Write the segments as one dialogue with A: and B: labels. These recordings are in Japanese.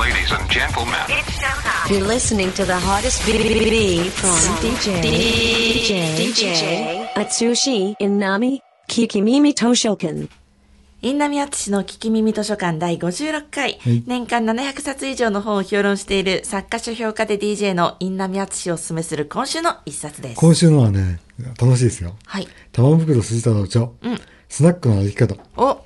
A: Ladies and gentlemen,
B: You're listening to the hottest BBB from DJ DJ DJ Atsushi Inami Kikimimi Toshokan.
C: インナミアツシの聞き耳図書館第56回、
D: い
C: 年間700冊以上の本を評論している作家書評家で DJ のインナミアツシをおすすめする今週の一冊です。
D: 今週のはね、楽しいですよ。
C: はい。
D: 玉袋筋太郎著、スナックの歩き方。
C: お、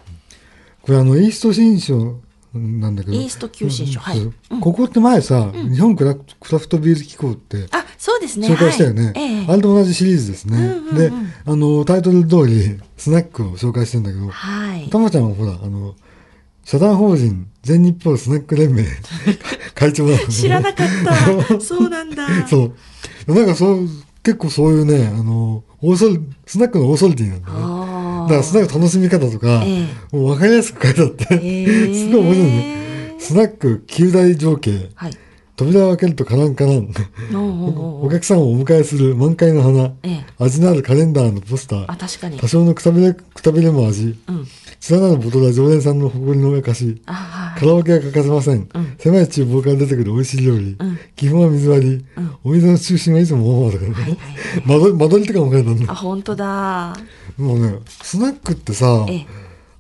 D: これあの、イースト新書なんだけど。
C: イースト旧新書はい
D: そうここって前さ、日本クラフクラフトビール機構って
C: あ、そうですね。
D: 紹介したよね。
C: はい、ええ
D: あれと同じシリーズですね。で、あの、タイトル通り、スナックを紹介してんだけど、
C: はい
D: た。まちゃんはほら、あの、社団法人全日本スナック連盟会長だったのね
C: 知らなか った。そうなんだ。
D: そう。なんかそう、結構そういうね、あの、オーソリスナックのオーソリティなんだね。
C: あ
D: だ
C: ー
D: からスナック楽しみ方とか、
C: え
D: もう分かりやすく書いてあって、
C: え
D: すごい面白いね。スナック9大情景、
C: はい。
D: 扉を開けるとカランカラン、
C: おうおうおう
D: お客さんをお迎えする満開の花、
C: ええ
D: 味のあるカレンダーのポスタ
C: あ、
D: ー、
C: 確かに
D: 多。少のくたびれ、くたびれも味、
C: うん。
D: 連なるボトルは常連さんの誇りの証し、
C: あはい
D: カラオケは欠かせません。狭い厨房から出てくる美味しい料理。基本は水割り。お水の中心はいつもママだからね。 間取り間取りとかも書いてある
C: あ、
D: の。
C: 本当だ。
D: もうね、スナックってさ
C: ええ、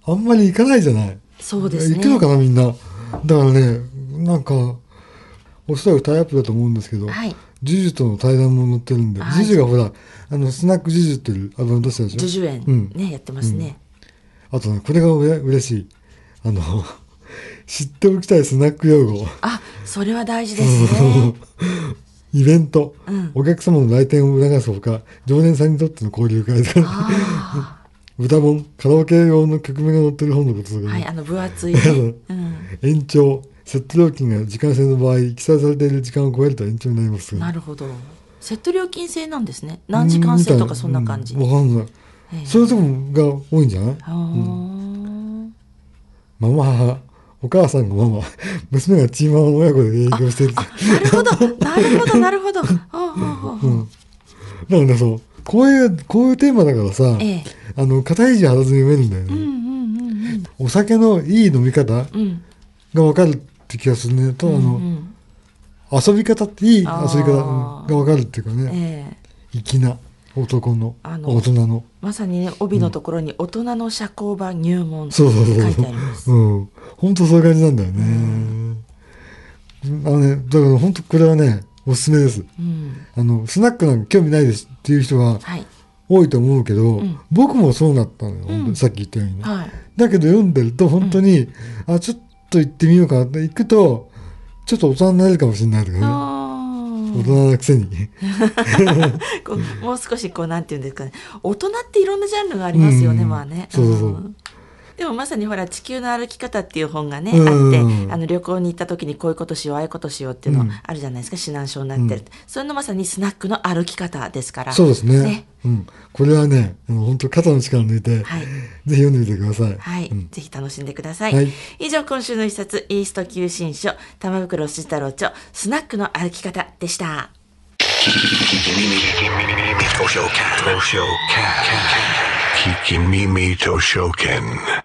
D: あんまり行かないじゃない。
C: そうですね
D: 行くのかな、みんな。だからね、なんか、おそらくタイアップだと思うんですけど、
C: はい
D: ジュジュとの対談も載ってるんで、
C: はい
D: ジュジュがほら、あの、スナックジュジュっていうアルバム出したでしょ。
C: ジュジュ園、
D: うん。
C: ね、やってますね。
D: あとね、これがうれ嬉しい。あの、 知っておきたいスナック用語。
C: あ、それは大事ですね。
D: イベント、
C: ん
D: お客様の来店を促すほか、常連さんにとっての交流会とか、
C: ああ。
D: 歌本、カラオケ用の曲名が載ってる本のこととかね、
C: はい、あの分厚い、 ね
D: う
C: うん、
D: 延長、セット料金が時間制の場合、記載されている時間を超えると延長になりますが
C: なるほどセット料金制なんですね何時間制とかそんな感じ、
D: うんわかんない。
C: ええ
D: そういうとこが多いんじゃない
C: あー
D: ママ母、お母さんがママ、娘がチーママの親子で営業していると。
C: なるほ どなるほどなるほどほうほうほう
D: だからね、そう。こういう、こういうテーマだからさ、
C: ええ
D: あの、肩肘張らずに読めるんだよね。お酒のいい飲み方が
C: うん
D: わかるって気がするね。と、
C: う
D: あの、
C: ん
D: 遊び方っていい遊び
C: あー
D: 方うんがわかるっていうかね、
C: ええ
D: 粋な男の、
C: あの
D: 大人の。
C: まさにね帯のところに大人の社交場入門って書
D: そうそうそう。
C: いてあります
D: うん。本当そういう感じなんだよね。あのね、だから本当これはね、おすすめです。
C: うん
D: あの、スナックなんか興味ないですっていう人は
C: はい
D: 多いと思うけど、
C: ん
D: 僕もそうなったのよ、本当にさっき言ったようにね。
C: はい
D: だけど読んでると本当に、あちょっと行ってみようかなって行くとちょっと大人になれるかもしれないとかね
C: あ
D: 大人なくせに
C: ーこうもう少しこうなんていうんですかね大人っていろんなジャンルがありますよね、
D: うん
C: まあね
D: そうそうそうん
C: でもまさにほら「地球の歩き方」っていう本がね、
D: うん
C: あってあの旅行に行った時にこういうことしようああいうことしようっていうのあるじゃないですか、指南書になってる、それのまさにスナックの歩き方ですから
D: そうですね
C: ね
D: うん、これはねあの本当肩の力抜いて、
C: はい
D: ぜひ読んでみてください、
C: はい、
D: うん
C: ぜひ楽しんでください、
D: はい
C: 以上今週の一冊イースト旧新書玉袋筋太郎著スナックの歩き方でした。
A: Kikimimi Toshoken. Kikimimi Toshoken.